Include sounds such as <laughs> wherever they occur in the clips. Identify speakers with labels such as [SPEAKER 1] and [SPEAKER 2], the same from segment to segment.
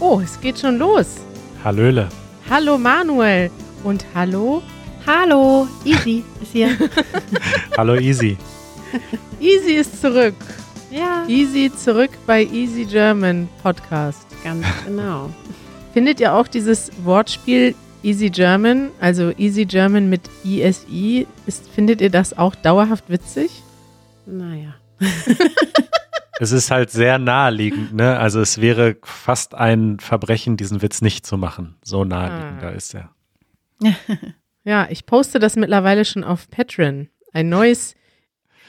[SPEAKER 1] Oh, es geht schon los.
[SPEAKER 2] Hallöle.
[SPEAKER 1] Hallo Manuel und hallo
[SPEAKER 3] Hallo, Easy ist hier.
[SPEAKER 2] Hallo Easy.
[SPEAKER 1] <laughs> Easy ist zurück.
[SPEAKER 3] ja,
[SPEAKER 1] Easy zurück bei Easy German Podcast.
[SPEAKER 3] <laughs> ganz genau.
[SPEAKER 1] Findet ihr auch dieses Wortspiel Easy German, also Easy German mit ISI, ist, findet ihr das auch dauerhaft witzig?
[SPEAKER 3] Naja.
[SPEAKER 2] Es ist halt sehr naheliegend, ne? Also es wäre fast ein Verbrechen, diesen Witz nicht zu machen. So naheliegend da ist er.
[SPEAKER 1] Ja, ich poste das mittlerweile schon auf Patreon. Ein neues,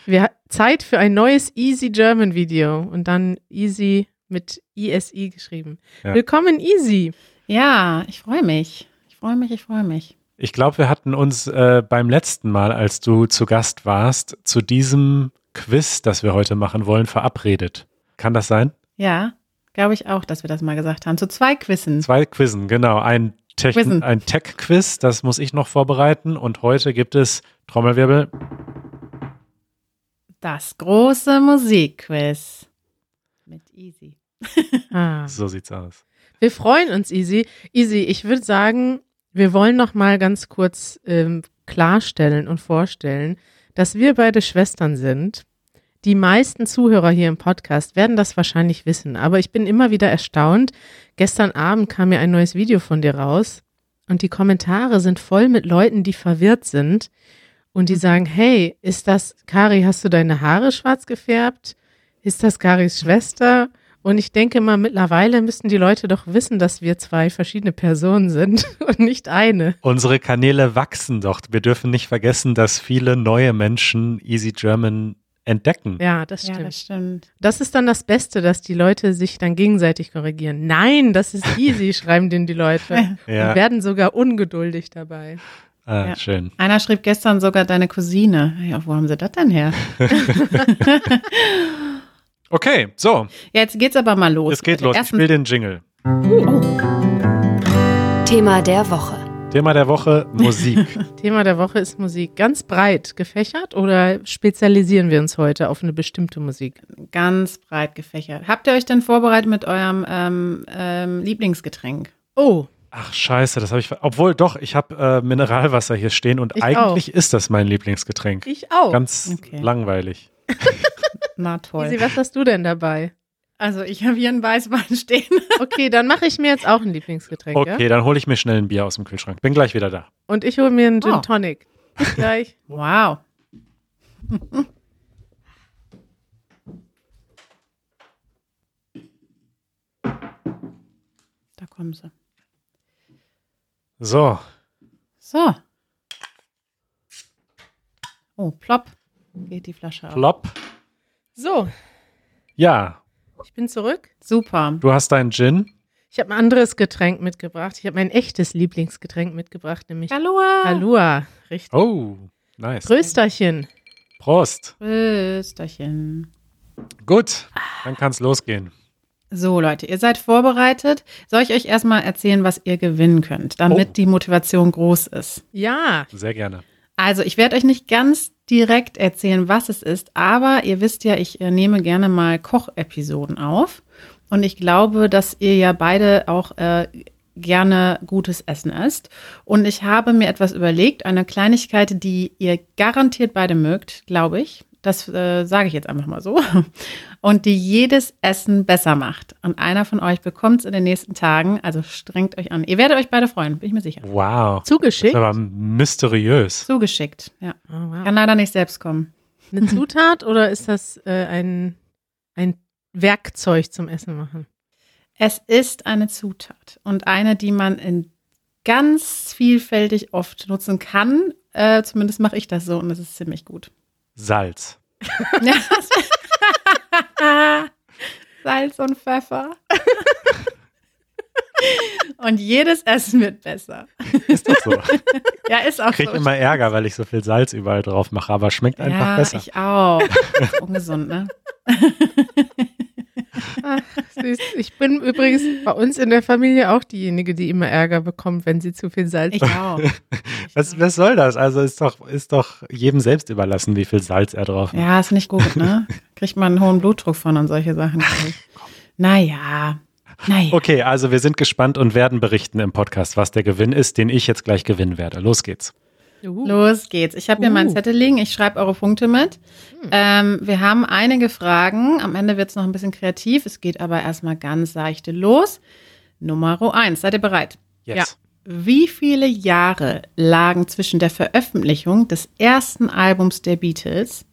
[SPEAKER 1] wir, Zeit für ein neues Easy German Video und dann Easy mit ISI geschrieben.
[SPEAKER 2] Ja.
[SPEAKER 1] Willkommen Easy.
[SPEAKER 3] Ja, ich freue mich. Ich freue mich, ich freue mich.
[SPEAKER 2] Ich glaube, wir hatten uns äh, beim letzten Mal, als du zu Gast warst, zu diesem Quiz, das wir heute machen wollen, verabredet. Kann das sein?
[SPEAKER 3] Ja, glaube ich auch, dass wir das mal gesagt haben. Zu zwei Quizzen.
[SPEAKER 2] Zwei Quizzen, genau. Ein, Techn-
[SPEAKER 3] Quizzen.
[SPEAKER 2] ein Tech-Quiz, das muss ich noch vorbereiten. Und heute gibt es Trommelwirbel.
[SPEAKER 3] Das große Musikquiz. Mit Easy.
[SPEAKER 1] Ah.
[SPEAKER 2] So sieht's aus.
[SPEAKER 1] Wir freuen uns, Easy. Easy, ich würde sagen, wir wollen noch mal ganz kurz ähm, klarstellen und vorstellen, dass wir beide Schwestern sind. Die meisten Zuhörer hier im Podcast werden das wahrscheinlich wissen, aber ich bin immer wieder erstaunt. Gestern Abend kam mir ein neues Video von dir raus und die Kommentare sind voll mit Leuten, die verwirrt sind und die sagen, hey, ist das, Kari, hast du deine Haare schwarz gefärbt? Ist das Karis Schwester? Und ich denke mal, mittlerweile müssten die Leute doch wissen, dass wir zwei verschiedene Personen sind <laughs> und nicht eine.
[SPEAKER 2] Unsere Kanäle wachsen doch. Wir dürfen nicht vergessen, dass viele neue Menschen Easy German entdecken.
[SPEAKER 1] Ja, das
[SPEAKER 3] Ja,
[SPEAKER 1] stimmt.
[SPEAKER 3] das
[SPEAKER 1] das,
[SPEAKER 3] stimmt.
[SPEAKER 1] ist dann das Beste, dass die Leute sich dann gegenseitig korrigieren. Nein, das ist <laughs> easy, schreiben denen die Leute.
[SPEAKER 2] Ja.
[SPEAKER 1] Und werden sogar ungeduldig dabei.
[SPEAKER 2] Ah,
[SPEAKER 3] Ja.
[SPEAKER 2] Schön.
[SPEAKER 3] Einer schrieb gestern sogar deine Cousine. Ja, wo haben sie das
[SPEAKER 2] <laughs>
[SPEAKER 3] denn her?
[SPEAKER 2] Okay, so,
[SPEAKER 3] Ja, jetzt geht's aber mal los.
[SPEAKER 2] es geht los. Ich
[SPEAKER 3] Erstens,
[SPEAKER 2] spiel den Jingle.
[SPEAKER 4] Thema der Woche.
[SPEAKER 2] Thema der Woche,
[SPEAKER 1] <laughs>
[SPEAKER 2] Musik.
[SPEAKER 1] Thema der Woche ist Musik. Ganz breit gefächert oder spezialisieren wir uns heute auf eine bestimmte Musik?
[SPEAKER 3] ganz breit gefächert. Habt ihr euch denn vorbereitet mit eurem ähm, ähm, Lieblingsgetränk?
[SPEAKER 1] Oh,
[SPEAKER 2] Ach scheiße, das habe ich ver- Obwohl, doch, ich habe äh, Mineralwasser hier stehen und
[SPEAKER 1] Ich
[SPEAKER 2] eigentlich ist das mein Lieblingsgetränk.
[SPEAKER 1] ich auch.
[SPEAKER 2] Ganz
[SPEAKER 3] Okay.
[SPEAKER 2] langweilig.
[SPEAKER 3] Na toll.
[SPEAKER 1] Easy, was hast du denn dabei?
[SPEAKER 3] Also ich habe hier einen Weißwein stehen.
[SPEAKER 1] Okay, dann mache ich mir jetzt auch ein Lieblingsgetränk. Ja?
[SPEAKER 2] Okay, dann hole ich mir schnell ein Bier aus dem Kühlschrank. Bin gleich wieder da.
[SPEAKER 1] Und ich hole mir einen Gin
[SPEAKER 3] Oh.
[SPEAKER 1] Tonic. Bis gleich.
[SPEAKER 3] Wow. <laughs> Da kommen sie.
[SPEAKER 2] So,
[SPEAKER 3] So. Oh, plopp. Geht die Flasche auf.
[SPEAKER 2] plopp.
[SPEAKER 1] So,
[SPEAKER 2] Ja,
[SPEAKER 1] ich bin zurück.
[SPEAKER 3] Super.
[SPEAKER 2] du hast deinen Gin.
[SPEAKER 1] Ich habe ein anderes Getränk mitgebracht. Ich habe mein echtes Lieblingsgetränk mitgebracht, nämlich
[SPEAKER 3] Halloa.
[SPEAKER 1] Halloa. Richtig.
[SPEAKER 2] Oh, nice.
[SPEAKER 1] Prösterchen.
[SPEAKER 2] Prost.
[SPEAKER 3] Prösterchen.
[SPEAKER 2] Gut,
[SPEAKER 1] Ah.
[SPEAKER 2] dann kann's losgehen.
[SPEAKER 3] So, Leute, ihr seid vorbereitet. Soll ich euch erstmal erzählen, was ihr gewinnen könnt, damit
[SPEAKER 2] Oh.
[SPEAKER 3] die Motivation groß ist?
[SPEAKER 1] Ja.
[SPEAKER 2] Sehr gerne.
[SPEAKER 3] Also, ich werde euch nicht ganz direkt erzählen, was es ist, aber ihr wisst ja, ich äh, nehme gerne mal Kochepisoden auf. Und ich glaube, dass ihr ja beide auch äh, gerne gutes Essen esst. Und ich habe mir etwas überlegt, eine Kleinigkeit, die ihr garantiert beide mögt, glaube ich. Das äh, sage ich jetzt einfach mal so. <laughs> Und die jedes Essen besser macht. Und einer von euch bekommt es in den nächsten Tagen. Also strengt euch an. Ihr werdet euch beide freuen, bin ich mir sicher.
[SPEAKER 2] Wow. Das
[SPEAKER 1] Zugeschickt.
[SPEAKER 2] ist aber mysteriös.
[SPEAKER 3] Zugeschickt, ja.
[SPEAKER 1] Oh, wow.
[SPEAKER 3] Kann leider nicht selbst kommen.
[SPEAKER 1] Eine Zutat oder ist das äh, ein, ein Werkzeug zum Essen machen?
[SPEAKER 3] Es ist eine Zutat und eine, die man in ganz vielfältig oft nutzen kann. Äh, zumindest mache ich das so und das ist ziemlich gut.
[SPEAKER 2] Salz.
[SPEAKER 3] <laughs> Salz und Pfeffer. <laughs> und jedes Essen wird besser.
[SPEAKER 2] Ist doch so.
[SPEAKER 3] Ja, ist auch
[SPEAKER 2] Krieg
[SPEAKER 3] so.
[SPEAKER 2] immer Ärger, weil ich so viel Salz überall drauf mache, aber schmeckt einfach
[SPEAKER 3] ja,
[SPEAKER 2] besser.
[SPEAKER 3] ich auch. Ungesund, ne? Ah,
[SPEAKER 1] Ach, süß. Ich bin übrigens bei uns in der Familie auch diejenige, die immer Ärger bekommt, wenn sie zu viel Salz
[SPEAKER 2] <laughs>
[SPEAKER 3] Ich auch.
[SPEAKER 2] Was, was soll das? Also ist doch, ist doch jedem selbst überlassen, wie viel Salz er drauf macht.
[SPEAKER 3] Ja, ist nicht gut, ne? Kriegt man einen hohen Blutdruck von und solche Sachen. Naja, Naja.
[SPEAKER 2] Okay, also wir sind gespannt und werden berichten im Podcast, was der Gewinn ist, den ich jetzt gleich gewinnen werde. Los geht's.
[SPEAKER 1] Juhu.
[SPEAKER 3] Los geht's. Ich habe hier
[SPEAKER 1] Uh.
[SPEAKER 3] meinen Zettel liegen. Ich schreibe eure Punkte mit. Ähm, wir haben einige Fragen. Am Ende wird's noch ein bisschen kreativ. Es geht aber erstmal ganz seichte los. Nummer eins. Seid ihr bereit?
[SPEAKER 2] Yes.
[SPEAKER 3] Wie viele Jahre lagen zwischen der Veröffentlichung des ersten Albums der Beatles,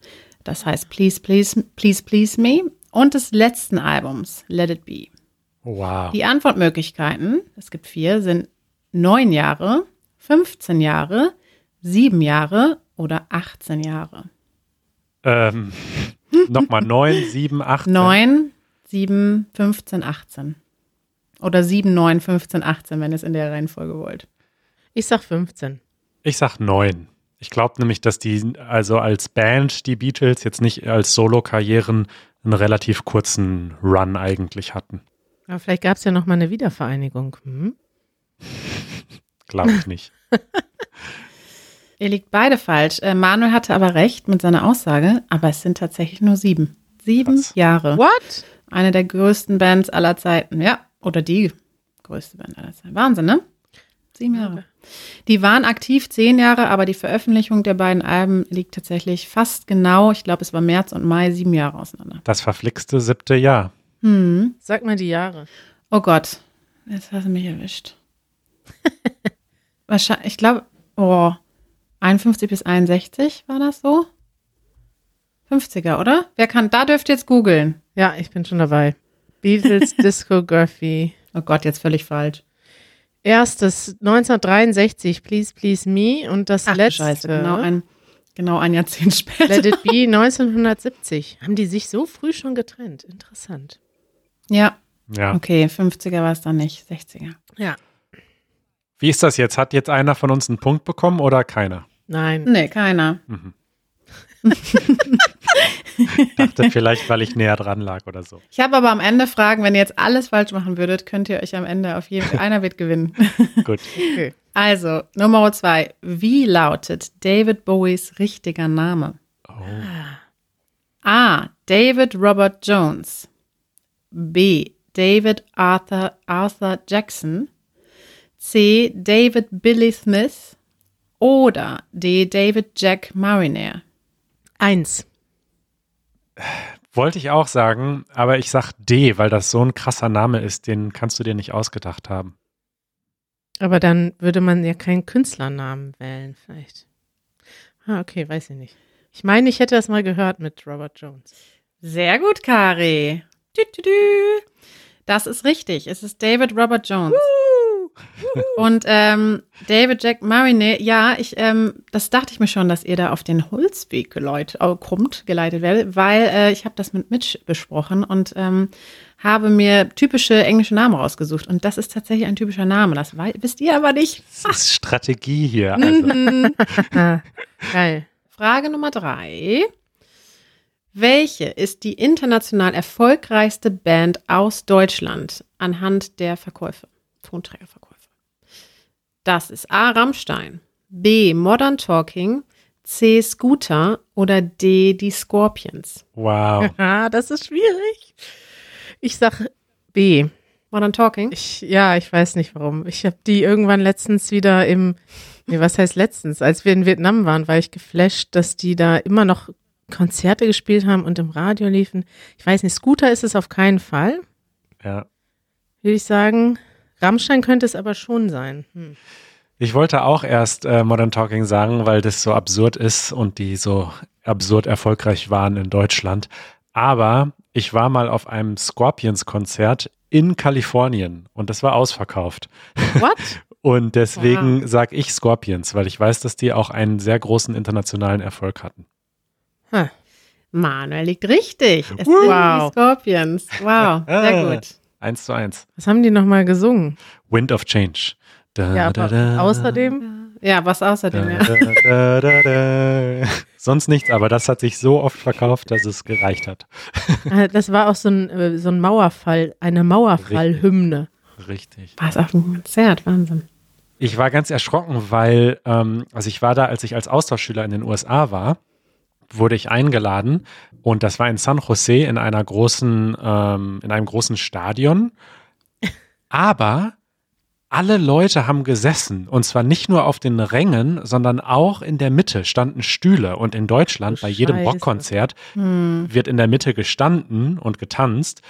[SPEAKER 3] das heißt Please, Please, Please, Please Me, und des letzten Albums, Let It Be?
[SPEAKER 2] Wow.
[SPEAKER 3] Die Antwortmöglichkeiten, es gibt vier, sind neun Jahre, 15 Jahre, sieben Jahre oder 18 Jahre.
[SPEAKER 2] Ähm, <laughs> Nochmal neun, sieben, acht.
[SPEAKER 3] Neun, sieben, 15, 18. Oder sieben, neun, 15, 18, wenn ihr es in der Reihenfolge wollt.
[SPEAKER 1] Ich sag 15.
[SPEAKER 2] Ich sag neun. Ich glaube nämlich, dass die, also als Band, die Beatles jetzt nicht als Solo-Karrieren einen relativ kurzen Run eigentlich hatten.
[SPEAKER 1] Aber vielleicht gab es ja noch mal eine Wiedervereinigung. Hm?
[SPEAKER 2] Glaube ich nicht.
[SPEAKER 3] Ihr liegt beide falsch. Äh, Manuel hatte aber recht mit seiner Aussage, aber es sind tatsächlich nur sieben. Sieben
[SPEAKER 2] Krass.
[SPEAKER 3] Jahre.
[SPEAKER 1] What?
[SPEAKER 3] Eine der größten Bands aller Zeiten. Ja, oder die größte Band aller Zeiten. Wahnsinn, ne? Sieben Jahre. Die waren aktiv zehn Jahre, aber die Veröffentlichung der beiden Alben liegt tatsächlich fast genau, ich glaube, es war März und Mai, sieben Jahre auseinander.
[SPEAKER 2] Das verflixte siebte Jahr.
[SPEAKER 3] Hm.
[SPEAKER 1] Sag mal die Jahre.
[SPEAKER 3] Oh Gott, jetzt hast du mich erwischt. Wahrscheinlich, ich glaube, oh, 51 bis 61 war das so? 50er, oder? Wer kann, da dürft ihr jetzt googeln.
[SPEAKER 1] Ja, ich bin schon dabei. <laughs> Beatles Discography.
[SPEAKER 3] Oh Gott, jetzt völlig falsch.
[SPEAKER 1] Erstes 1963, Please Please Me und das
[SPEAKER 3] Ach,
[SPEAKER 1] letzte
[SPEAKER 3] Scheiße, genau ein, genau ein Jahrzehnt <laughs> später.
[SPEAKER 1] Let It Be 1970. Haben die sich so früh schon getrennt? Interessant.
[SPEAKER 3] Ja,
[SPEAKER 2] Ja.
[SPEAKER 3] okay, 50er war es dann nicht, 60er.
[SPEAKER 1] Ja.
[SPEAKER 2] Wie ist das jetzt? Hat jetzt einer von uns einen Punkt bekommen oder keiner?
[SPEAKER 1] Nein.
[SPEAKER 3] Nee, keiner.
[SPEAKER 2] Dachte vielleicht, weil ich näher dran lag oder so.
[SPEAKER 3] Ich habe aber am Ende Fragen, wenn ihr jetzt alles falsch machen würdet, könnt ihr euch am Ende auf <laughs> jeden einer wird gewinnen.
[SPEAKER 2] Gut.
[SPEAKER 1] Okay.
[SPEAKER 3] Also, Nummer zwei. Wie lautet David Bowies richtiger Name?
[SPEAKER 2] Oh.
[SPEAKER 3] A. David Robert Jones. B. David Arthur, Arthur Jackson. C. David Billy Smith. Oder D. David Jack Mariner.
[SPEAKER 1] Eins.
[SPEAKER 2] Wollte ich auch sagen, aber ich sag D, weil das so ein krasser Name ist, den kannst du dir nicht ausgedacht haben.
[SPEAKER 1] Aber dann würde man ja keinen Künstlernamen wählen, vielleicht. Ah, okay, weiß ich nicht. Ich meine, ich hätte das mal gehört mit Robert Jones.
[SPEAKER 3] Sehr gut, Kari. Dü, dü, dü. Das ist richtig. Es ist David Robert Jones. Und ähm, David Jack Marine, ja, ich, ähm, das dachte ich mir schon, dass ihr da auf den Holzweg geläut, äh, kommt, geleitet werdet, weil äh, ich habe das mit Mitch besprochen und ähm, habe mir typische englische Namen rausgesucht. Und das ist tatsächlich ein typischer Name. Das wei- wisst ihr aber nicht.
[SPEAKER 2] Das ist Strategie hier. Also,
[SPEAKER 1] Ah, geil.
[SPEAKER 3] Frage Nummer drei. Welche ist die international erfolgreichste Band aus Deutschland anhand der Verkäufe, Tonträgerverkäufe? Das ist A. Rammstein, B. Modern Talking, C. Scooter oder D. Die Scorpions.
[SPEAKER 2] wow.
[SPEAKER 1] Ah, das ist schwierig. Ich sag B.
[SPEAKER 3] Modern Talking?
[SPEAKER 1] Ich, ja, ich weiß nicht warum. Ich habe die irgendwann letztens wieder im, nee, was heißt letztens? Als wir in Vietnam waren, war ich geflasht, dass die da immer noch Konzerte gespielt haben und im Radio liefen. Ich weiß nicht, Scooter ist es auf keinen Fall,
[SPEAKER 2] Ja.
[SPEAKER 1] würde ich sagen. Rammstein könnte es aber schon sein. Hm.
[SPEAKER 2] Ich wollte auch erst äh, Modern Talking sagen, weil das so absurd ist und die so absurd erfolgreich waren in Deutschland. Aber ich war mal auf einem Scorpions-Konzert in Kalifornien und das war ausverkauft.
[SPEAKER 1] What?
[SPEAKER 2] <laughs> Und deswegen sag ich Scorpions, weil ich weiß, dass die auch einen sehr großen internationalen Erfolg hatten.
[SPEAKER 1] Ha.
[SPEAKER 3] Manuel liegt richtig.
[SPEAKER 1] Wow.
[SPEAKER 3] Es sind die Scorpions. Wow, sehr gut.
[SPEAKER 2] Eins zu eins.
[SPEAKER 1] Was haben die nochmal gesungen?
[SPEAKER 2] Wind of Change. Da,
[SPEAKER 1] Ja,
[SPEAKER 2] da,
[SPEAKER 1] aber
[SPEAKER 2] da,
[SPEAKER 1] außerdem,
[SPEAKER 3] Ja, was außerdem?
[SPEAKER 2] da, da,
[SPEAKER 3] Ja.
[SPEAKER 2] da, da. <laughs> Sonst nichts, aber das hat sich so oft verkauft, dass es gereicht hat.
[SPEAKER 1] äh, das war auch so ein, äh, so ein Mauerfall, eine Mauerfallhymne.
[SPEAKER 2] Richtig.
[SPEAKER 3] War es auf dem Konzert? Wahnsinn.
[SPEAKER 2] Ich war ganz erschrocken, weil, ähm, also ich war da, als ich als Austauschschüler in den USA war, wurde ich eingeladen und das war in San Jose in einer großen, ähm, in einem großen Stadion. Aber alle Leute haben gesessen und zwar nicht nur auf den Rängen, sondern auch in der Mitte standen Stühle und in Deutschland
[SPEAKER 1] Du
[SPEAKER 2] bei jedem
[SPEAKER 1] Scheiße.
[SPEAKER 2] Rockkonzert wird in der Mitte gestanden und getanzt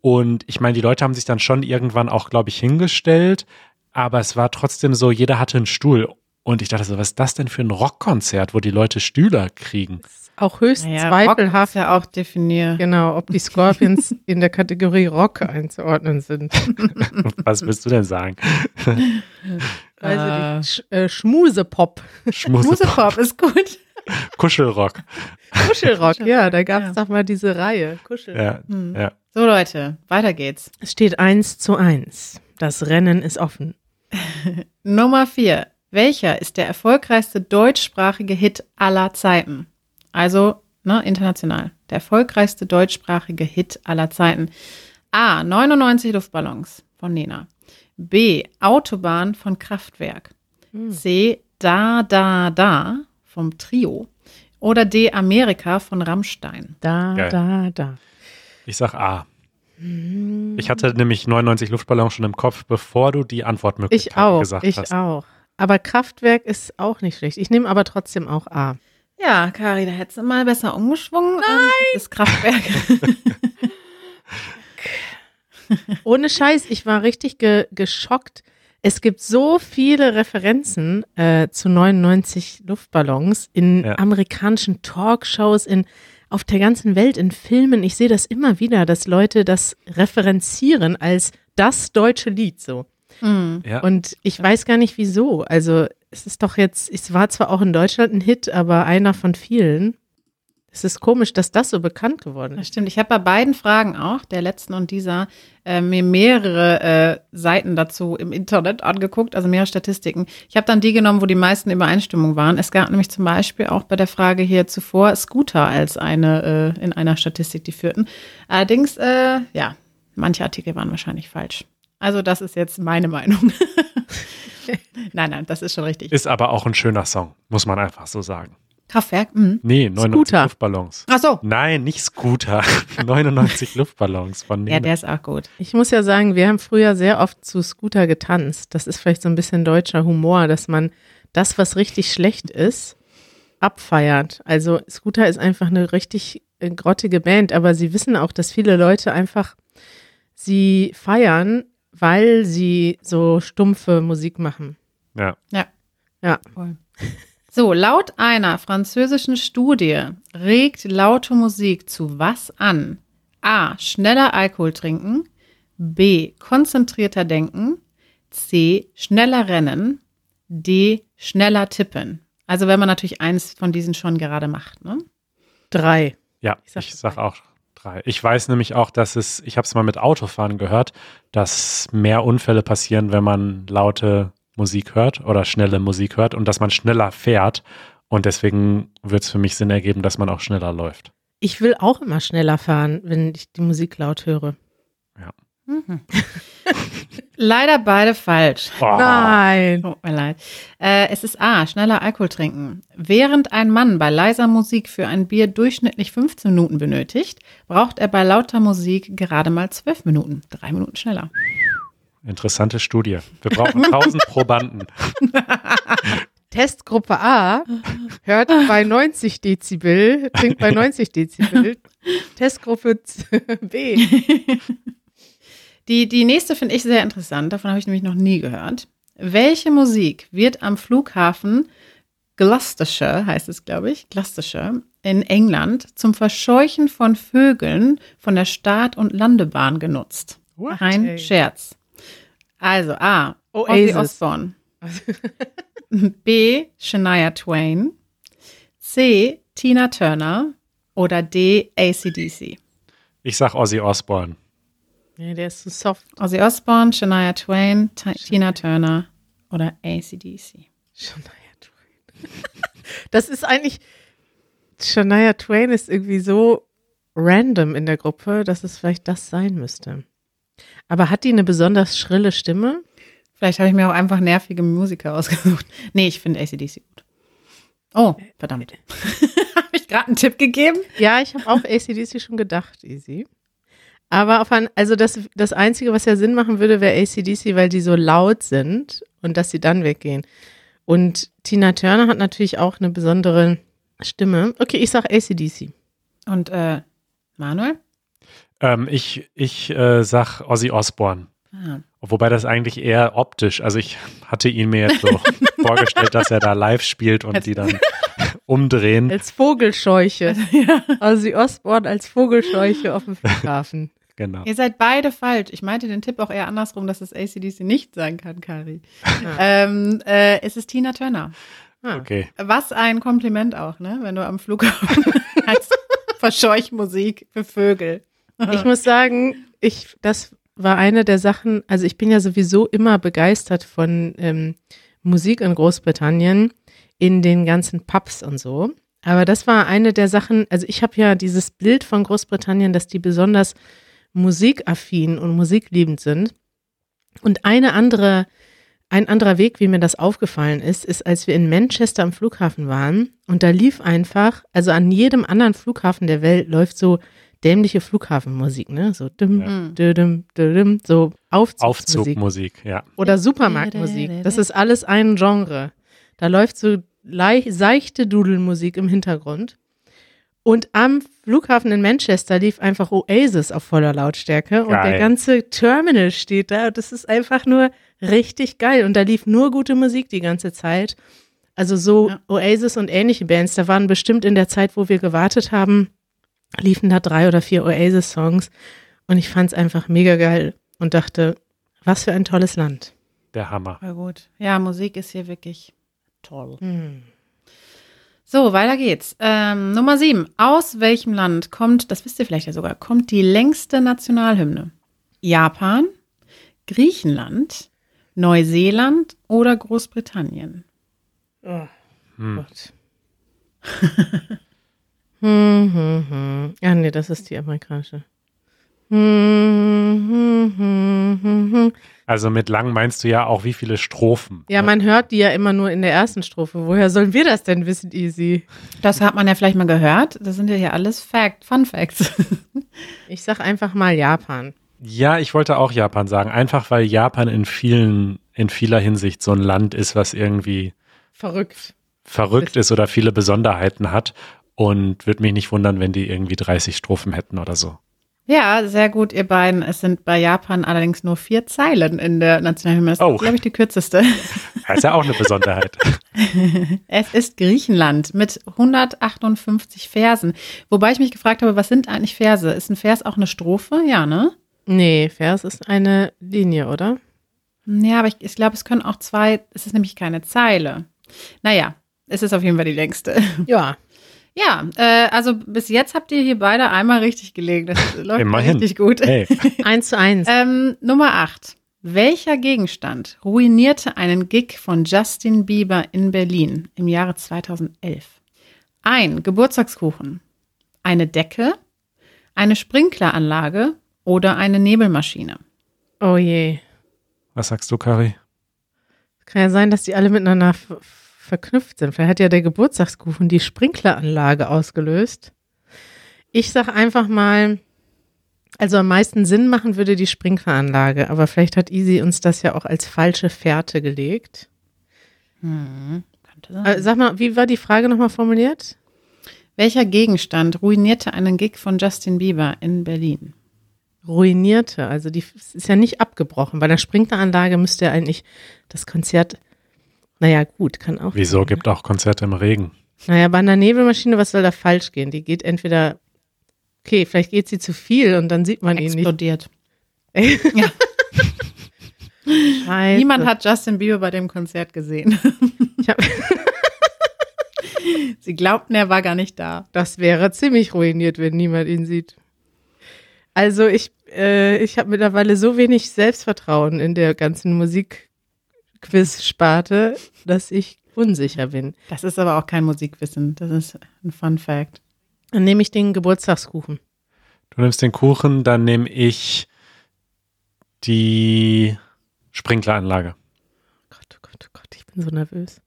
[SPEAKER 2] und ich meine, die Leute haben sich dann schon irgendwann auch, glaube ich, hingestellt, aber es war trotzdem so, jeder hatte einen Stuhl und ich dachte so, was ist das denn für ein Rockkonzert, wo die Leute Stühle kriegen?
[SPEAKER 1] Auch höchst
[SPEAKER 3] Naja, Rock ist
[SPEAKER 1] zweifelhaft,
[SPEAKER 3] ja auch definiert.
[SPEAKER 1] genau, ob die Scorpions in der Kategorie Rock einzuordnen sind.
[SPEAKER 2] Was willst du denn sagen?
[SPEAKER 1] Also die Sch äh, Schmusepop,
[SPEAKER 2] Schmusepop,
[SPEAKER 3] Musepop ist
[SPEAKER 1] <laughs>
[SPEAKER 3] gut.
[SPEAKER 2] Kuschelrock.
[SPEAKER 1] Kuschelrock, ja, da gab es
[SPEAKER 3] Ja.
[SPEAKER 1] doch mal diese Reihe. Kuschelrock.
[SPEAKER 2] Ja,
[SPEAKER 3] Hm.
[SPEAKER 2] ja.
[SPEAKER 3] So Leute, weiter geht's.
[SPEAKER 1] Es steht eins zu eins. Das Rennen ist offen.
[SPEAKER 3] Nummer 4. Welcher ist der erfolgreichste deutschsprachige Hit aller Zeiten? Also, ne, international. Der erfolgreichste deutschsprachige Hit aller Zeiten. A. 99 Luftballons von Nena. B. Autobahn von Kraftwerk. C. Da, da, da vom Trio. Oder D. Amerika von Rammstein.
[SPEAKER 1] Da,
[SPEAKER 2] Geil.
[SPEAKER 1] da, da.
[SPEAKER 2] Ich sag A. Ich hatte nämlich 99 Luftballons schon im Kopf, bevor du die Antwortmöglichkeit
[SPEAKER 1] Ich auch,
[SPEAKER 2] gesagt
[SPEAKER 1] ich
[SPEAKER 2] hast.
[SPEAKER 1] auch. Aber Kraftwerk ist auch nicht schlecht. Ich nehme aber trotzdem auch A.
[SPEAKER 3] Ja, Kari, da hättest du mal besser umgeschwungen. Nein! Das <laughs> Kraftwerk.
[SPEAKER 1] Ohne Scheiß, ich war richtig ge geschockt. Es gibt so viele Referenzen äh, zu 99 Luftballons in
[SPEAKER 2] Ja.
[SPEAKER 1] amerikanischen Talkshows, in auf der ganzen Welt, in Filmen. Ich sehe das immer wieder, dass Leute das referenzieren als das deutsche Lied so.
[SPEAKER 3] mm.
[SPEAKER 2] Ja.
[SPEAKER 1] Und ich weiß gar nicht wieso. Also es ist doch jetzt, es war zwar auch in Deutschland ein Hit, aber einer von vielen. Es ist komisch, dass das so bekannt geworden
[SPEAKER 3] Das
[SPEAKER 1] ist.
[SPEAKER 3] stimmt. Ich habe bei beiden Fragen auch, der letzten und dieser, äh, mir mehrere äh, Seiten dazu im Internet angeguckt, also mehrere Statistiken. Ich habe dann die genommen, wo die meisten Übereinstimmungen waren. Es gab nämlich zum Beispiel auch bei der Frage hier zuvor Scooter als eine äh, in einer Statistik, die führten. Allerdings, äh, ja, manche Artikel waren wahrscheinlich falsch. Also das ist jetzt meine Meinung. <laughs> nein, nein, das ist schon richtig.
[SPEAKER 2] Ist aber auch ein schöner Song, muss man einfach so sagen.
[SPEAKER 3] Kraftwerk. Mhm.
[SPEAKER 2] Nee, 99
[SPEAKER 1] Scooter.
[SPEAKER 2] Luftballons.
[SPEAKER 3] Ach so.
[SPEAKER 2] Nein, nicht Scooter. <laughs> 99 Luftballons von
[SPEAKER 3] Ja,
[SPEAKER 2] Nena.
[SPEAKER 3] der ist auch gut.
[SPEAKER 1] Ich muss ja sagen, wir haben früher sehr oft zu Scooter getanzt. Das ist vielleicht so ein bisschen deutscher Humor, dass man das, was richtig schlecht ist, abfeiert. Also Scooter ist einfach eine richtig äh, grottige Band, aber sie wissen auch, dass viele Leute einfach sie feiern, weil sie so stumpfe Musik machen.
[SPEAKER 2] ja.
[SPEAKER 1] Ja.
[SPEAKER 3] So, laut einer französischen Studie regt laute Musik zu was an? A. Schneller Alkohol trinken. B. Konzentrierter denken. C. Schneller rennen. D. Schneller tippen. Also wenn man natürlich eins von diesen schon gerade macht. Ne?
[SPEAKER 1] Drei.
[SPEAKER 2] Ja, ich
[SPEAKER 1] Ich sag
[SPEAKER 2] sag,
[SPEAKER 1] drei.
[SPEAKER 2] auch drei. Ich weiß nämlich auch, dass es, ich habe es mal mit Autofahren gehört, dass mehr Unfälle passieren, wenn man laute Musik hört oder schnelle Musik hört und dass man schneller fährt. Und deswegen wird es für mich Sinn ergeben, dass man auch schneller läuft.
[SPEAKER 1] Ich will auch immer schneller fahren, wenn ich die Musik laut höre.
[SPEAKER 3] Mhm. Leider beide falsch.
[SPEAKER 2] Oh,
[SPEAKER 1] Nein.
[SPEAKER 3] Tut mir leid. Äh, es ist A, schneller Alkohol trinken. Während ein Mann bei leiser Musik für ein Bier durchschnittlich 15 Minuten benötigt, braucht er bei lauter Musik gerade mal 12 Minuten. Drei Minuten schneller.
[SPEAKER 2] Interessante Studie. Wir brauchen 1000 Probanden.
[SPEAKER 1] Testgruppe A hört bei 90 Dezibel, trinkt bei 90 Dezibel. Testgruppe Z- B.
[SPEAKER 3] Die, die nächste finde ich sehr interessant. Davon habe ich nämlich noch nie gehört. Welche Musik wird am Flughafen Gloucestershire, heißt es, glaube ich, Gloucestershire, in England zum Verscheuchen von Vögeln von der Start- und Landebahn genutzt? Kein
[SPEAKER 1] Ey.
[SPEAKER 3] Scherz. Also A. Ozzy
[SPEAKER 1] Oasis.
[SPEAKER 3] Osbourne. B. Shania Twain. C. Tina Turner. Oder D. ACDC.
[SPEAKER 2] Ich sag Ozzy Osbourne.
[SPEAKER 1] Ja, der ist zu soft.
[SPEAKER 3] Ozzy Osbourne, Shania Twain, Ti- Tina Turner oder ACDC.
[SPEAKER 1] Shania Twain. Das ist eigentlich, Shania Twain ist irgendwie so random in der Gruppe, dass es vielleicht das sein müsste. Aber hat die eine besonders schrille Stimme?
[SPEAKER 3] Vielleicht habe ich mir auch einfach nervige Musiker ausgesucht. Nee, ich finde ACDC gut. Oh, <laughs> verdammt. habe ich gerade einen Tipp gegeben?
[SPEAKER 1] Ja, ich habe auch ACDC schon gedacht, Easy. Aber auf ein, also das, das Einzige, was ja Sinn machen würde, wäre ACDC, weil die so laut sind und dass sie dann weggehen. Und Tina Turner hat natürlich auch eine besondere Stimme. Okay, ich sag ACDC.
[SPEAKER 3] Und äh, Manuel?
[SPEAKER 2] Ähm, ich ich äh, sag Ozzy Osbourne.
[SPEAKER 3] Ah.
[SPEAKER 2] Wobei das eigentlich eher optisch, also ich hatte ihn mir jetzt so vorgestellt, dass er da live spielt und die dann umdrehen.
[SPEAKER 1] Als Vogelscheuche. Ozzy Osbourne als Vogelscheuche auf dem Flughafen.
[SPEAKER 2] Genau.
[SPEAKER 3] Ihr seid beide falsch. Ich meinte den Tipp auch eher andersrum, dass es ACDC nicht sein kann, Kari.
[SPEAKER 1] Ja.
[SPEAKER 3] <laughs> ähm, äh, es ist Tina Turner.
[SPEAKER 1] Ah.
[SPEAKER 2] Okay.
[SPEAKER 3] Was ein Kompliment auch, ne? Wenn du am Flughafen <laughs> hast. Verscheuchmusik für Vögel.
[SPEAKER 1] Ich muss sagen, ich, das war eine der Sachen, also ich bin ja sowieso immer begeistert von ähm, Musik in Großbritannien, in den ganzen Pubs und so. Aber das war eine der Sachen, also ich habe ja dieses Bild von Großbritannien, dass die besonders musikaffin und musikliebend sind. Und eine andere, ein anderer Weg, wie mir das aufgefallen ist, ist, als wir in Manchester am Flughafen waren und da lief einfach, also an jedem anderen Flughafen der Welt läuft so dämliche Flughafenmusik, ne? So
[SPEAKER 2] Ja.
[SPEAKER 1] dim,
[SPEAKER 3] Hm.
[SPEAKER 1] dim, dim, so Aufzugsmusik
[SPEAKER 2] Aufzugmusik, ja.
[SPEAKER 1] oder Supermarktmusik. Das ist alles ein Genre. Da läuft so leich- seichte Dudelmusik im Hintergrund. Und am Flughafen in Manchester lief einfach Oasis auf voller Lautstärke und
[SPEAKER 2] Geil.
[SPEAKER 1] der ganze Terminal steht da und das ist einfach nur richtig geil und da lief nur gute Musik die ganze Zeit. Also so
[SPEAKER 3] Ja.
[SPEAKER 1] Oasis und ähnliche Bands, da waren bestimmt in der Zeit, wo wir gewartet haben, liefen da drei oder vier Oasis-Songs und ich fand es einfach mega geil und dachte, was für ein tolles Land.
[SPEAKER 2] Der Hammer.
[SPEAKER 3] Voll gut. Ja, Musik ist hier wirklich toll.
[SPEAKER 1] Hm.
[SPEAKER 3] So, weiter geht's. Ähm, Nummer sieben. Aus welchem Land kommt, das wisst ihr vielleicht ja sogar, kommt die längste Nationalhymne? Japan, Griechenland, Neuseeland oder Großbritannien?
[SPEAKER 1] Oh
[SPEAKER 2] Hm.
[SPEAKER 1] Gott. hm, hm, hm. Ja, nee, das ist die amerikanische. Hm, hm, hm, hm, hm.
[SPEAKER 2] Also mit lang meinst du ja auch, wie viele Strophen.
[SPEAKER 1] Ja,
[SPEAKER 2] ne?
[SPEAKER 1] man hört die ja immer nur in der ersten Strophe. Woher sollen wir das denn wissen, Easy?
[SPEAKER 3] Das hat man ja vielleicht mal gehört. Das sind ja hier alles Fact, Fun Facts. <laughs>
[SPEAKER 1] Ich sag einfach mal Japan.
[SPEAKER 2] Ja, ich wollte auch Japan sagen. Einfach weil Japan in vielen, in vieler Hinsicht so ein Land ist, was irgendwie
[SPEAKER 1] Verrückt.
[SPEAKER 2] verrückt ist oder viele Besonderheiten hat. Und würde mich nicht wundern, wenn die irgendwie 30 Strophen hätten oder so.
[SPEAKER 3] ja, sehr gut, ihr beiden. Es sind bei Japan allerdings nur vier Zeilen in der Nationalhymne. Das
[SPEAKER 2] Oh.
[SPEAKER 3] ist, glaube ich, die kürzeste.
[SPEAKER 2] Das ist ja auch eine Besonderheit.
[SPEAKER 3] Es ist Griechenland mit 158 Versen. Wobei ich mich gefragt habe, was sind eigentlich Verse? Ist ein Vers auch eine Strophe? Ja, ne?
[SPEAKER 1] Nee, Vers ist eine Linie, oder?
[SPEAKER 3] Ja, aber ich, ich glaube, es können auch zwei, es ist nämlich keine Zeile. Naja, es ist auf jeden Fall die längste.
[SPEAKER 1] Ja.
[SPEAKER 3] Ja, äh, also bis jetzt habt ihr hier beide einmal richtig gelegen. Das läuft
[SPEAKER 2] Immerhin.
[SPEAKER 3] richtig gut.
[SPEAKER 2] Hey,
[SPEAKER 1] Eins zu eins.
[SPEAKER 3] Ähm, Nummer 8. Welcher Gegenstand ruinierte einen Gig von Justin Bieber in Berlin im Jahre 2011? Ein Geburtstagskuchen, eine Decke, eine Sprinkleranlage oder eine Nebelmaschine?
[SPEAKER 1] Oh je.
[SPEAKER 2] was sagst du, Curry?
[SPEAKER 1] Kann ja sein, dass die alle miteinander f- verknüpft sind. Vielleicht hat ja der Geburtstagskuchen die Sprinkleranlage ausgelöst. Ich sag einfach mal, also am meisten Sinn machen würde die Sprinkleranlage, aber vielleicht hat Easy uns das ja auch als falsche Fährte gelegt.
[SPEAKER 3] Hm, könnte sein.
[SPEAKER 1] Äh, sag mal, wie war die Frage nochmal formuliert?
[SPEAKER 3] Welcher Gegenstand ruinierte einen Gig von Justin Bieber in Berlin?
[SPEAKER 1] Ruinierte, also die f- es ist ja nicht abgebrochen. Bei der Sprinkleranlage müsste ja eigentlich das Konzert, naja gut, kann auch.
[SPEAKER 2] Wieso gibt auch Konzerte im Regen?
[SPEAKER 1] Naja, bei einer Nebelmaschine, was soll da falsch gehen? Die geht entweder, okay, vielleicht geht sie zu viel und dann sieht man ihn nicht.
[SPEAKER 3] Explodiert.
[SPEAKER 1] Scheiße.
[SPEAKER 3] Niemand hat Justin Bieber bei dem Konzert gesehen.
[SPEAKER 1] Ich hab,
[SPEAKER 3] <laughs> Sie glaubten, er war gar nicht da.
[SPEAKER 1] das wäre ziemlich ruiniert, wenn niemand ihn sieht. Also ich, äh, ich habe mittlerweile so wenig Selbstvertrauen in der ganzen Musikquiz-Sparte, dass ich unsicher bin.
[SPEAKER 3] Das ist aber auch kein Musikwissen. Das ist ein Fun Fact.
[SPEAKER 1] Dann nehme ich den Geburtstagskuchen. Oh
[SPEAKER 2] Du nimmst den Kuchen, dann nehme ich die Sprinkleranlage.
[SPEAKER 1] Gott, oh Gott, oh Gott, ich bin so nervös.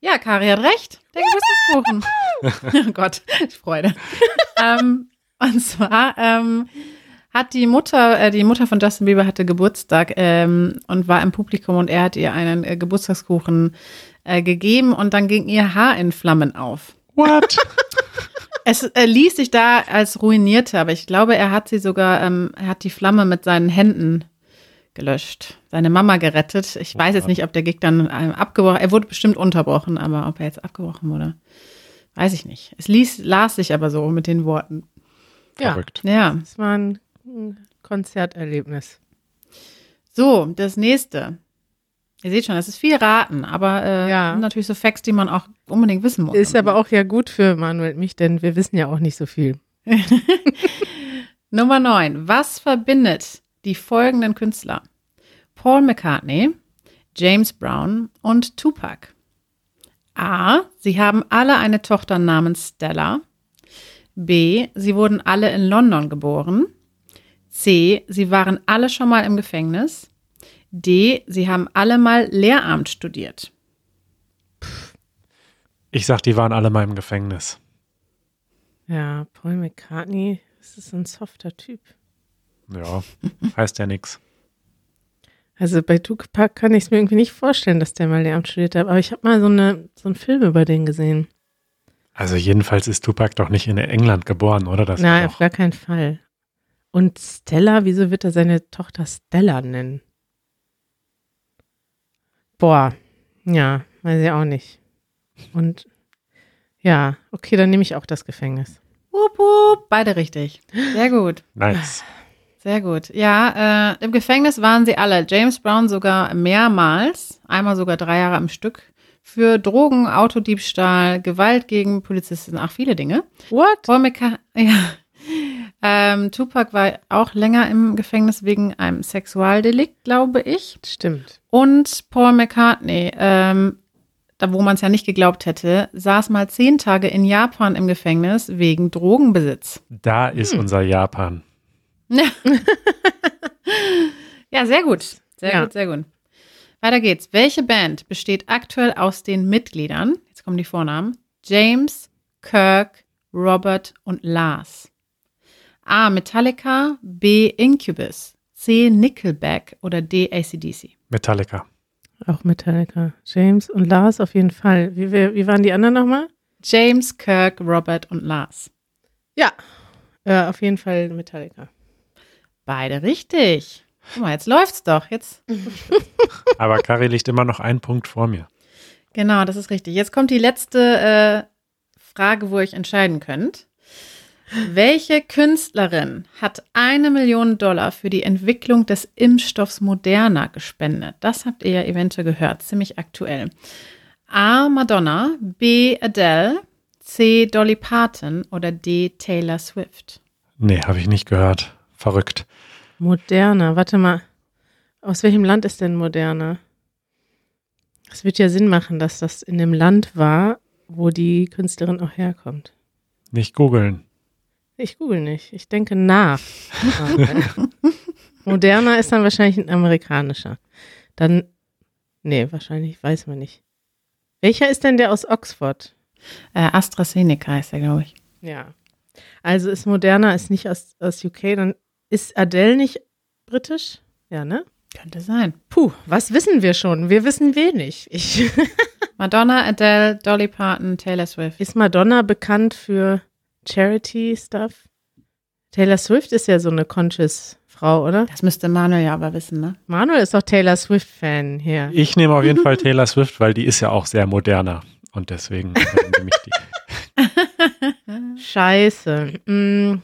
[SPEAKER 3] Ja, Kari hat recht. Der <laughs> Geburtstagskuchen. oh Gott, Freude. ähm, und zwar ähm, Hat die Mutter, äh, die Mutter von Justin Bieber hatte Geburtstag ähm, und war im Publikum und er hat ihr einen äh, Geburtstagskuchen äh, gegeben und dann ging ihr Haar in Flammen auf.
[SPEAKER 2] What?
[SPEAKER 3] Es äh, ließ sich da als ruinierte, aber ich glaube, er hat sie sogar, ähm, er hat die Flamme mit seinen Händen gelöscht. Seine Mama gerettet. Ich weiß jetzt nicht, ob der Gig dann ähm, abgebrochen, er wurde bestimmt unterbrochen, aber ob er jetzt abgebrochen wurde, weiß ich nicht. Es ließ, las sich aber so mit den Worten.
[SPEAKER 1] Ja,
[SPEAKER 2] Verrückt.
[SPEAKER 3] Ja.
[SPEAKER 1] es war ein ein Konzerterlebnis.
[SPEAKER 3] So, das nächste. Ihr seht schon, es ist viel Raten, aber äh,
[SPEAKER 1] Ja.
[SPEAKER 3] sind natürlich so Facts, die man auch unbedingt wissen muss.
[SPEAKER 1] Ist aber auch ja gut für Manuel und mich, denn wir wissen ja auch nicht so viel.
[SPEAKER 3] Nummer 9. Was verbindet die folgenden Künstler? Paul McCartney, James Brown und Tupac. A. Sie haben alle eine Tochter namens Stella. B. Sie wurden alle in London geboren. C. Sie waren alle schon mal im Gefängnis. D. Sie haben alle mal Lehramt studiert.
[SPEAKER 2] Ich sag, die waren alle mal im Gefängnis.
[SPEAKER 1] Ja, Paul McCartney, das ist so ein softer Typ.
[SPEAKER 2] Ja, heißt ja nix.
[SPEAKER 1] Also bei Tupac kann ich es mir irgendwie nicht vorstellen, dass der mal Lehramt studiert hat, aber ich habe mal so, eine, so einen Film über den gesehen.
[SPEAKER 2] Also jedenfalls ist Tupac doch nicht in England geboren, oder? Das
[SPEAKER 1] Nein,
[SPEAKER 2] war
[SPEAKER 1] auf gar keinen Fall. Und Stella, wieso wird er seine Tochter Stella nennen? Boah, ja, weiß ich auch nicht. Und ja, okay, dann nehme ich auch das Gefängnis.
[SPEAKER 3] Wupp, wupp, beide richtig. Sehr gut.
[SPEAKER 2] nice.
[SPEAKER 3] Sehr gut. Ja, äh, im Gefängnis waren sie alle. James Brown sogar mehrmals, einmal sogar drei Jahre am Stück, für Drogen, Autodiebstahl, Gewalt gegen Polizisten, ach, viele Dinge.
[SPEAKER 1] What?
[SPEAKER 3] Paul McCartney, <laughs> ja. Ähm, Tupac war auch länger im Gefängnis wegen einem Sexualdelikt, glaube ich.
[SPEAKER 1] Stimmt.
[SPEAKER 3] Und Paul McCartney, ähm, da wo man es ja nicht geglaubt hätte, saß mal zehn Tage in Japan im Gefängnis wegen Drogenbesitz.
[SPEAKER 2] Da ist
[SPEAKER 1] Hm.
[SPEAKER 2] unser Japan.
[SPEAKER 3] Ja, sehr gut. Sehr
[SPEAKER 1] Ja.
[SPEAKER 3] gut, sehr gut. Weiter geht's. Welche Band besteht aktuell aus den Mitgliedern? Jetzt kommen die Vornamen. James, Kirk, Robert und Lars. A. Metallica, B. Incubus, C. Nickelback oder D. ACDC.
[SPEAKER 2] Metallica.
[SPEAKER 1] Auch Metallica. James und Lars auf jeden Fall. Wie, wir- wie waren die anderen nochmal?
[SPEAKER 3] James, Kirk, Robert und Lars.
[SPEAKER 1] Ja. Äh, auf jeden Fall Metallica.
[SPEAKER 3] Beide richtig. Guck mal, jetzt läuft's doch. Jetzt.
[SPEAKER 2] Aber Kari liegt immer noch ein Punkt vor mir.
[SPEAKER 3] Genau, das ist richtig. Jetzt kommt die letzte äh, Frage, wo ihr euch entscheiden könnt. Welche Künstlerin hat eine Million Dollar für die Entwicklung des Impfstoffs Moderna gespendet? Das habt ihr ja eventuell gehört, ziemlich aktuell. A. Madonna, B. Adele, C. Dolly Parton oder D. Taylor Swift?
[SPEAKER 2] Nee, habe ich nicht gehört. Verrückt.
[SPEAKER 1] Moderner, warte mal. Aus welchem Land ist denn Moderner? Es wird ja Sinn machen, dass das in dem Land war, wo die Künstlerin auch herkommt.
[SPEAKER 2] Nicht googeln.
[SPEAKER 1] Ich google nicht. Ich denke nach. Moderner ist dann wahrscheinlich ein amerikanischer. Dann, nee, wahrscheinlich weiß man nicht. Welcher ist denn der aus Oxford?
[SPEAKER 3] Äh, AstraZeneca ist er, glaube ich.
[SPEAKER 1] Ja. Also ist Moderna ist nicht aus, aus UK, dann ist Adele nicht britisch? Ja, ne?
[SPEAKER 3] Könnte sein.
[SPEAKER 1] Puh, was wissen wir schon? Wir wissen wenig. Ich, <laughs>
[SPEAKER 3] Madonna, Adele, Dolly Parton, Taylor Swift.
[SPEAKER 1] ist Madonna bekannt für Charity-Stuff? Taylor Swift ist ja so eine conscious Frau, oder?
[SPEAKER 3] Das müsste Manuel ja aber wissen, ne?
[SPEAKER 1] Manuel ist doch Taylor Swift-Fan hier.
[SPEAKER 2] Ich nehme auf
[SPEAKER 1] <laughs>
[SPEAKER 2] jeden Fall Taylor Swift, weil die ist ja auch sehr moderner. Und deswegen äh, nehme ich die.
[SPEAKER 1] Scheiße. Mm,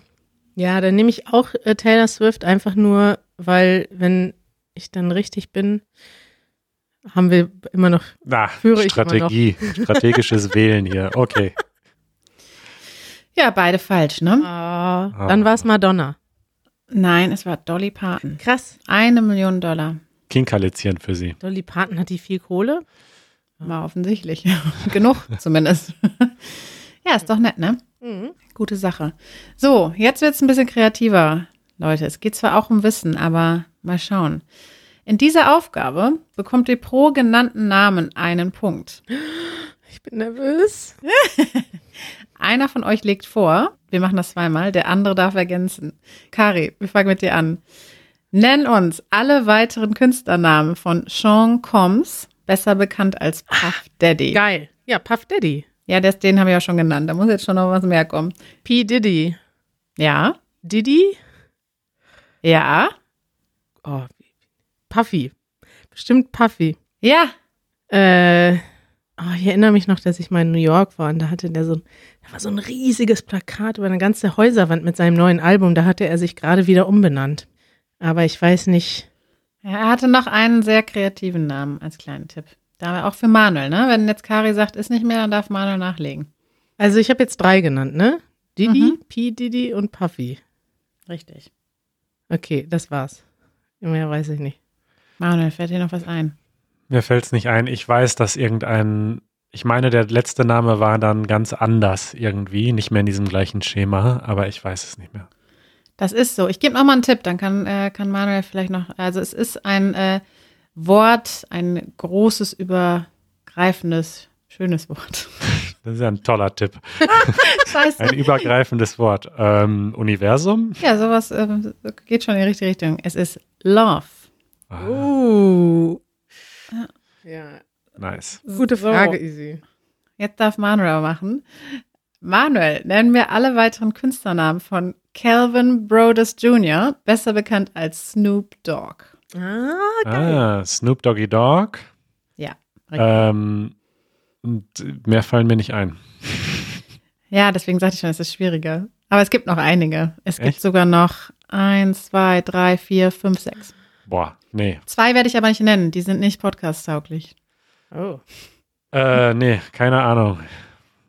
[SPEAKER 1] ja, dann nehme ich auch äh, Taylor Swift einfach nur, weil wenn ich dann richtig bin, haben wir immer noch
[SPEAKER 2] Na,
[SPEAKER 1] Führe ich immer
[SPEAKER 2] Strategie. Strategisches Wählen hier. Okay.
[SPEAKER 3] Ja, beide falsch, ne?
[SPEAKER 1] Ah, dann war es Madonna.
[SPEAKER 3] Nein, es war Dolly Parton.
[SPEAKER 1] Krass.
[SPEAKER 3] Eine Million Dollar.
[SPEAKER 2] Kinkalizieren für sie.
[SPEAKER 1] Dolly Parton hat die viel Kohle.
[SPEAKER 3] War offensichtlich. <laughs> Genug zumindest. <laughs> ja, ist doch nett, ne?
[SPEAKER 1] Mhm.
[SPEAKER 3] Gute Sache. So, jetzt wird's ein bisschen kreativer, Leute. Es geht zwar auch um Wissen, aber mal schauen. In dieser Aufgabe bekommt ihr pro genannten Namen einen Punkt.
[SPEAKER 1] Ich bin nervös.
[SPEAKER 3] Einer von euch legt vor, wir machen das zweimal, der andere darf ergänzen. Kari, wir fangen mit dir an. Nenn uns alle weiteren Künstlernamen von Sean Combs, besser bekannt als Puff Daddy.
[SPEAKER 1] Geil. Ja, Puff Daddy.
[SPEAKER 3] Ja, das, den haben wir ja schon genannt. Da muss jetzt schon noch was mehr kommen.
[SPEAKER 1] P. Diddy.
[SPEAKER 3] Ja,
[SPEAKER 1] Diddy?
[SPEAKER 3] ja,
[SPEAKER 1] Oh, Puffy. Bestimmt Puffy.
[SPEAKER 3] ja.
[SPEAKER 1] Äh, oh, ich erinnere mich noch, dass ich mal in New York war und da hatte der so, ein- da war so ein riesiges Plakat über eine ganze Häuserwand mit seinem neuen Album. Da hatte er sich gerade wieder umbenannt. Aber ich weiß nicht.
[SPEAKER 3] Er hatte noch einen sehr kreativen Namen als kleinen Tipp. Da auch für Manuel, ne? Wenn jetzt Kari sagt, ist nicht mehr, dann darf Manuel nachlegen.
[SPEAKER 1] Also ich habe jetzt drei genannt, ne? Diddy,
[SPEAKER 3] Mhm.
[SPEAKER 1] P. Diddy und Puffy.
[SPEAKER 3] Richtig.
[SPEAKER 1] Okay, das war's. Mehr weiß ich nicht.
[SPEAKER 3] Manuel, fällt dir noch was ein?
[SPEAKER 2] Mir fällt es nicht ein. Ich weiß, dass irgendein, ich meine, der letzte Name war dann ganz anders irgendwie, nicht mehr in diesem gleichen Schema, aber ich weiß es nicht mehr.
[SPEAKER 3] Das ist so. Ich gebe noch mal einen Tipp, dann kann, äh, kann Manuel vielleicht noch. Also es ist ein äh, Wort, ein großes, übergreifendes, schönes Wort. <laughs>
[SPEAKER 2] Das ist ja ein toller Tipp.
[SPEAKER 3] Scheiße.
[SPEAKER 2] Ein übergreifendes Wort. Ähm, Universum?
[SPEAKER 3] Ja, sowas ähm, geht schon in die richtige Richtung. Es ist Love.
[SPEAKER 2] Ah,
[SPEAKER 1] Uh. Ja.
[SPEAKER 2] nice.
[SPEAKER 1] Gute
[SPEAKER 3] So.
[SPEAKER 1] Frage, Easy.
[SPEAKER 3] Jetzt darf Manuel machen. Manuel, nennen wir alle weiteren Künstlernamen von Calvin Brodus Jr., besser bekannt als Snoop Dogg.
[SPEAKER 1] Ah,
[SPEAKER 2] Ah, Snoop Doggy Dogg.
[SPEAKER 3] Ja. richtig.
[SPEAKER 2] Ähm, und mehr fallen mir nicht ein.
[SPEAKER 3] Ja, deswegen sagte ich schon, es ist schwieriger. Aber es gibt noch einige. Es gibt
[SPEAKER 2] Echt?
[SPEAKER 3] sogar noch eins, zwei, drei, vier, fünf, sechs.
[SPEAKER 2] Boah, nee.
[SPEAKER 3] Zwei werde ich aber nicht nennen. Die sind nicht podcast-tauglich.
[SPEAKER 1] Oh.
[SPEAKER 2] Äh, nee, keine Ahnung.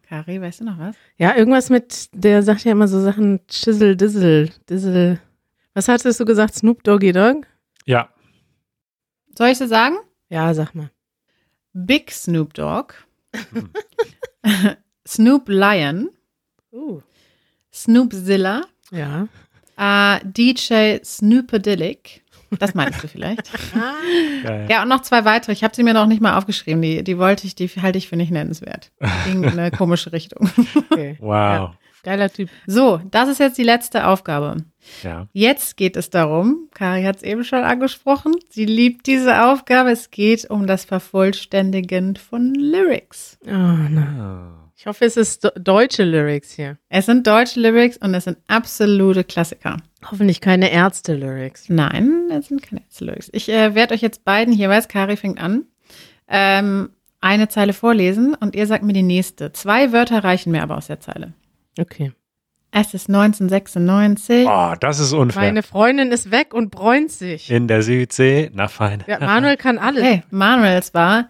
[SPEAKER 3] Kari, weißt du noch was?
[SPEAKER 1] Ja, irgendwas mit, der sagt ja immer so Sachen Chisel, Dizzle, Dizzle. Was hattest du gesagt? Snoop Doggy Dogg?
[SPEAKER 2] Ja,
[SPEAKER 3] Soll ich sie sagen?
[SPEAKER 1] Ja, sag mal.
[SPEAKER 3] Big Snoop Dogg, <laughs>
[SPEAKER 2] Hm.
[SPEAKER 3] Snoop Lion,
[SPEAKER 1] Uh.
[SPEAKER 3] Snoopzilla,
[SPEAKER 2] <laughs>
[SPEAKER 1] Ja.
[SPEAKER 3] äh, DJ Snoopadillic. Das meinst du vielleicht?
[SPEAKER 2] geil.
[SPEAKER 3] ja, und noch zwei weitere. Ich habe sie mir noch nicht mal aufgeschrieben. Die, die wollte ich, die halte ich für nicht nennenswert. Ging in eine komische Richtung.
[SPEAKER 1] Okay.
[SPEAKER 2] Wow.
[SPEAKER 1] Geiler Typ.
[SPEAKER 3] So, das ist jetzt die letzte Aufgabe.
[SPEAKER 2] Ja.
[SPEAKER 3] Jetzt geht es darum, Kari hat es eben schon angesprochen, sie liebt diese Aufgabe. Es geht um das Vervollständigen von Lyrics.
[SPEAKER 1] Oh, na.
[SPEAKER 2] Ah.
[SPEAKER 1] Ich hoffe, es ist do- deutsche Lyrics hier.
[SPEAKER 3] Es sind deutsche Lyrics und es sind absolute Klassiker.
[SPEAKER 1] Hoffentlich keine Ärzte-Lyrics.
[SPEAKER 3] Nein, es sind keine Lyrics. Ich äh, werde euch jetzt beiden jeweils, Kari fängt an, ähm, eine Zeile vorlesen und ihr sagt mir die nächste. Zwei Wörter reichen mir aber aus der Zeile.
[SPEAKER 1] Okay.
[SPEAKER 3] Es ist 1996.
[SPEAKER 2] Oh, das ist unfair.
[SPEAKER 1] Meine Freundin ist weg und bräunt sich.
[SPEAKER 2] In der Südsee, na fein.
[SPEAKER 1] Ja, Manuel kann alles.
[SPEAKER 3] Hey, Manuels war,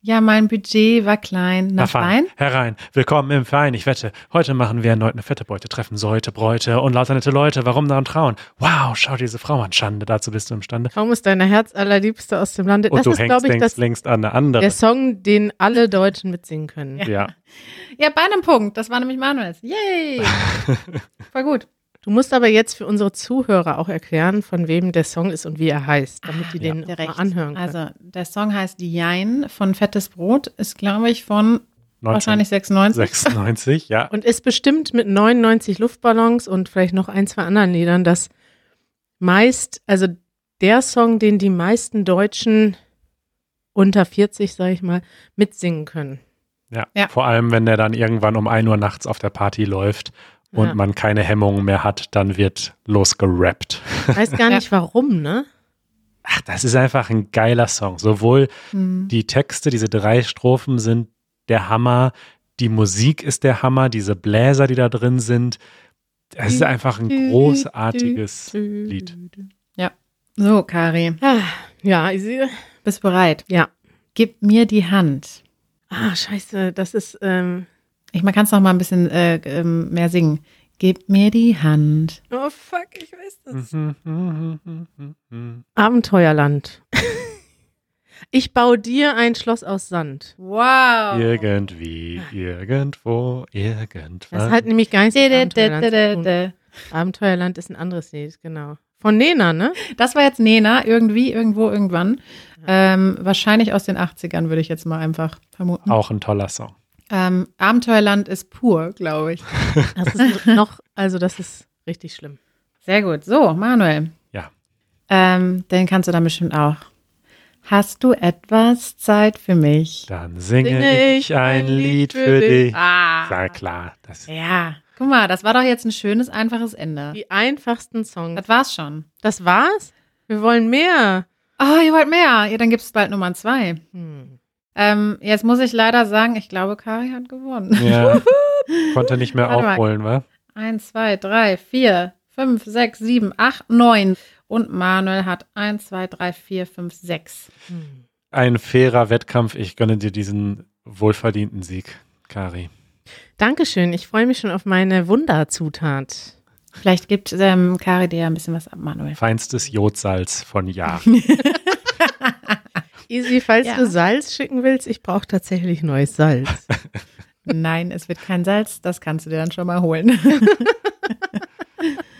[SPEAKER 3] ja, mein Budget war klein. Na, fein.
[SPEAKER 2] Herein. Willkommen im Verein. Ich wette, heute machen wir erneut eine fette Beute, treffen Säute, Bräute und lauter nette Leute. Warum da und trauen? Wow, schau dir diese Frau an. Schande, dazu bist du imstande.
[SPEAKER 1] Kaum ist deine Herz allerliebste aus dem Lande.
[SPEAKER 2] Und
[SPEAKER 1] Das
[SPEAKER 2] du
[SPEAKER 1] ist,
[SPEAKER 2] hängst
[SPEAKER 1] glaube ich, das,
[SPEAKER 2] längst, längst an eine andere.
[SPEAKER 1] der Song, den alle Deutschen mitsingen können. <laughs>
[SPEAKER 2] Ja.
[SPEAKER 3] Ja, bei einem Punkt. Das war nämlich Manuels. Yay! Voll gut.
[SPEAKER 1] Du musst aber jetzt für unsere Zuhörer auch erklären, von wem der Song ist und wie er heißt, damit die
[SPEAKER 2] ja.
[SPEAKER 1] den
[SPEAKER 3] Der
[SPEAKER 1] mal
[SPEAKER 3] recht.
[SPEAKER 1] anhören können.
[SPEAKER 3] Also, der Song heißt Jein von Fettes Brot. Ist, glaube ich, von wahrscheinlich 96.
[SPEAKER 2] 96, ja.
[SPEAKER 1] und ist bestimmt mit 99 Luftballons und vielleicht noch ein, zwei anderen Liedern das meist, also der Song, den die meisten Deutschen unter 40, sag ich mal, mitsingen können.
[SPEAKER 2] Ja.
[SPEAKER 3] Ja.
[SPEAKER 2] Vor allem, wenn der dann irgendwann um 1 Uhr nachts auf der Party läuft und
[SPEAKER 1] Ja.
[SPEAKER 2] man keine Hemmungen mehr hat, dann wird losgerappt.
[SPEAKER 1] Weiß gar nicht warum, ne?
[SPEAKER 2] Ach, das ist einfach ein geiler Song. Sowohl
[SPEAKER 3] Hm.
[SPEAKER 2] Die Texte, diese drei Strophen sind der Hammer. Die Musik ist der Hammer. Diese Bläser, die da drin sind. Es ist einfach ein großartiges <laughs> Lied.
[SPEAKER 3] So, Kari,
[SPEAKER 1] Ah, Ja, ich sehe.
[SPEAKER 3] bist bereit?
[SPEAKER 1] Ja.
[SPEAKER 3] Gib mir die Hand.
[SPEAKER 1] Ah, scheiße, das ist, ähm,
[SPEAKER 3] Ich man kann es noch mal ein bisschen äh, ähm, mehr singen. Gib mir die Hand.
[SPEAKER 1] oh fuck, ich weiß das. Abenteuerland. <laughs> ich baue dir ein Schloss aus Sand.
[SPEAKER 3] Wow.
[SPEAKER 2] Irgendwie, irgendwo, irgendwann.
[SPEAKER 1] Das hat nämlich gar nichts
[SPEAKER 3] Dä,
[SPEAKER 1] mit
[SPEAKER 3] dä,
[SPEAKER 1] Abenteuerland zu
[SPEAKER 3] dä, dä,
[SPEAKER 1] tun.
[SPEAKER 3] dä.
[SPEAKER 1] Abenteuerland ist ein anderes Lied, genau. Von Nena, ne?
[SPEAKER 3] Das war jetzt Nena, irgendwie, irgendwo, irgendwann. Ähm, wahrscheinlich aus den 80ern, würde ich jetzt mal einfach vermuten.
[SPEAKER 2] Auch ein toller Song.
[SPEAKER 3] Ähm, Abenteuerland ist pur, glaube ich.
[SPEAKER 1] Das ist noch, also das ist richtig schlimm.
[SPEAKER 3] Sehr gut. So, Manuel.
[SPEAKER 2] Ja.
[SPEAKER 3] Ähm, den kannst du dann bestimmt auch. Hast du etwas Zeit für mich?
[SPEAKER 2] Dann singe,
[SPEAKER 1] Singe
[SPEAKER 2] ich ein Lied für dich.
[SPEAKER 3] Ah.
[SPEAKER 2] Na klar, das
[SPEAKER 3] Ja. Guck mal, das war doch jetzt ein schönes, einfaches Ende.
[SPEAKER 1] Die einfachsten Songs.
[SPEAKER 3] Das war's schon.
[SPEAKER 1] Das war's? Wir wollen mehr.
[SPEAKER 3] Oh, ihr wollt mehr. Ja, dann gibt's bald Nummer zwei.
[SPEAKER 1] Hm.
[SPEAKER 3] Ähm, jetzt muss ich leider sagen, ich glaube, Kari hat gewonnen.
[SPEAKER 2] <laughs> <laughs> ja, konnte nicht mehr
[SPEAKER 3] Warte mal.
[SPEAKER 2] aufholen, wa?
[SPEAKER 3] Eins, zwei, drei, vier, fünf, sechs, sieben, acht, neun. Und Manuel hat eins, zwei, drei, vier, fünf, sechs.
[SPEAKER 1] Hm.
[SPEAKER 2] Ein fairer Wettkampf. Ich gönne dir diesen wohlverdienten Sieg, Kari.
[SPEAKER 1] Dankeschön. Ich freue mich schon auf meine Wunderzutat.
[SPEAKER 3] Vielleicht gibt ähm, Kari dir ja ein bisschen was ab, Manuel.
[SPEAKER 2] Feinstes Jodsalz von Jahr.
[SPEAKER 1] Easy, falls
[SPEAKER 3] Ja.
[SPEAKER 1] du Salz schicken willst, ich brauche tatsächlich neues Salz.
[SPEAKER 3] Nein, es wird kein Salz. Das kannst du dir dann schon mal
[SPEAKER 1] <laughs>
[SPEAKER 3] holen.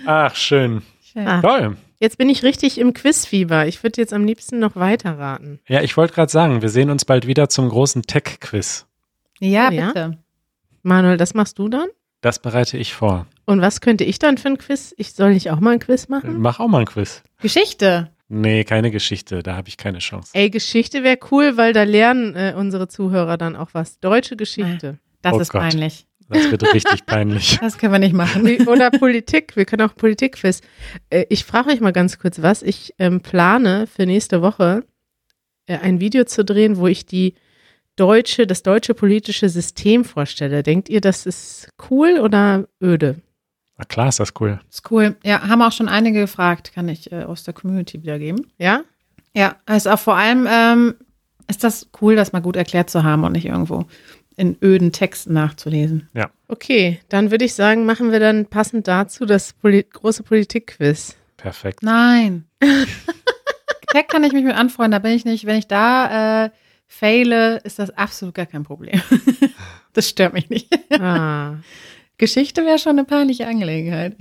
[SPEAKER 2] Ach, schön.
[SPEAKER 3] Schön.
[SPEAKER 1] Ah.
[SPEAKER 2] Toll.
[SPEAKER 1] Jetzt bin ich richtig im Quizfieber. Ich würde jetzt am liebsten noch weiterraten.
[SPEAKER 2] Ja, ich wollte gerade sagen, wir sehen uns bald wieder zum großen Tech-Quiz.
[SPEAKER 3] Ja,
[SPEAKER 1] Oh, ja?
[SPEAKER 3] bitte.
[SPEAKER 1] Manuel, das machst du dann?
[SPEAKER 2] Das bereite ich vor.
[SPEAKER 1] Und was könnte ich dann für ein Quiz? Ich soll nicht auch mal ein Quiz machen?
[SPEAKER 2] Mach auch mal ein Quiz.
[SPEAKER 3] Geschichte.
[SPEAKER 2] Nee, keine Geschichte, da habe ich keine Chance.
[SPEAKER 1] Ey, Geschichte wäre cool, weil da lernen äh, unsere Zuhörer dann auch was. Deutsche Geschichte.
[SPEAKER 3] Das
[SPEAKER 2] Oh
[SPEAKER 3] ist
[SPEAKER 2] Gott.
[SPEAKER 3] peinlich.
[SPEAKER 2] Das wird richtig peinlich.
[SPEAKER 3] Das können wir nicht machen.
[SPEAKER 1] <laughs> Nee, Oder Politik. Wir können auch Politikquiz. Äh, ich frage euch mal ganz kurz was. Ich ähm, plane für nächste Woche äh, ein Video zu drehen, wo ich die deutsche, das deutsche politische System vorstelle. Denkt ihr, das ist cool oder öde?
[SPEAKER 2] Na klar ist das cool.
[SPEAKER 3] Ist cool. Ja, haben auch schon einige gefragt. Kann ich äh, aus der Community wiedergeben.
[SPEAKER 1] Ja?
[SPEAKER 3] Ja, also auch vor allem ähm, ist das cool, das mal gut erklärt zu haben und nicht irgendwo in öden Texten nachzulesen.
[SPEAKER 1] Okay, dann würde ich sagen, machen wir dann passend dazu das Poli große Politikquiz.
[SPEAKER 2] Perfekt.
[SPEAKER 3] Nein.
[SPEAKER 1] <laughs>
[SPEAKER 3] Tech kann ich mich mit anfreunden, da bin ich nicht. Wenn ich da äh, faile, ist das absolut gar kein Problem. <laughs> das stört mich nicht.
[SPEAKER 1] Ah.
[SPEAKER 3] Geschichte wäre schon eine peinliche Angelegenheit.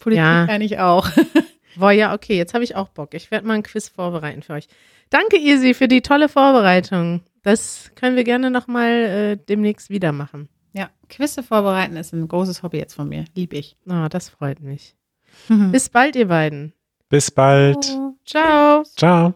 [SPEAKER 3] Politik
[SPEAKER 1] Ja.
[SPEAKER 3] eigentlich auch. <laughs>
[SPEAKER 1] Boah, ja, okay, jetzt habe ich auch Bock. Ich werde mal ein Quiz vorbereiten für euch. Danke, Isi, für die tolle Vorbereitung. Das können wir gerne nochmal äh, demnächst wieder machen.
[SPEAKER 3] Ja, Quizze vorbereiten ist ein großes Hobby jetzt von mir.
[SPEAKER 1] <laughs>
[SPEAKER 3] Lieb ich. <laughs>
[SPEAKER 1] Ah, das freut mich. Bis bald, ihr beiden.
[SPEAKER 2] Bis bald.
[SPEAKER 1] Ciao.
[SPEAKER 2] Ciao.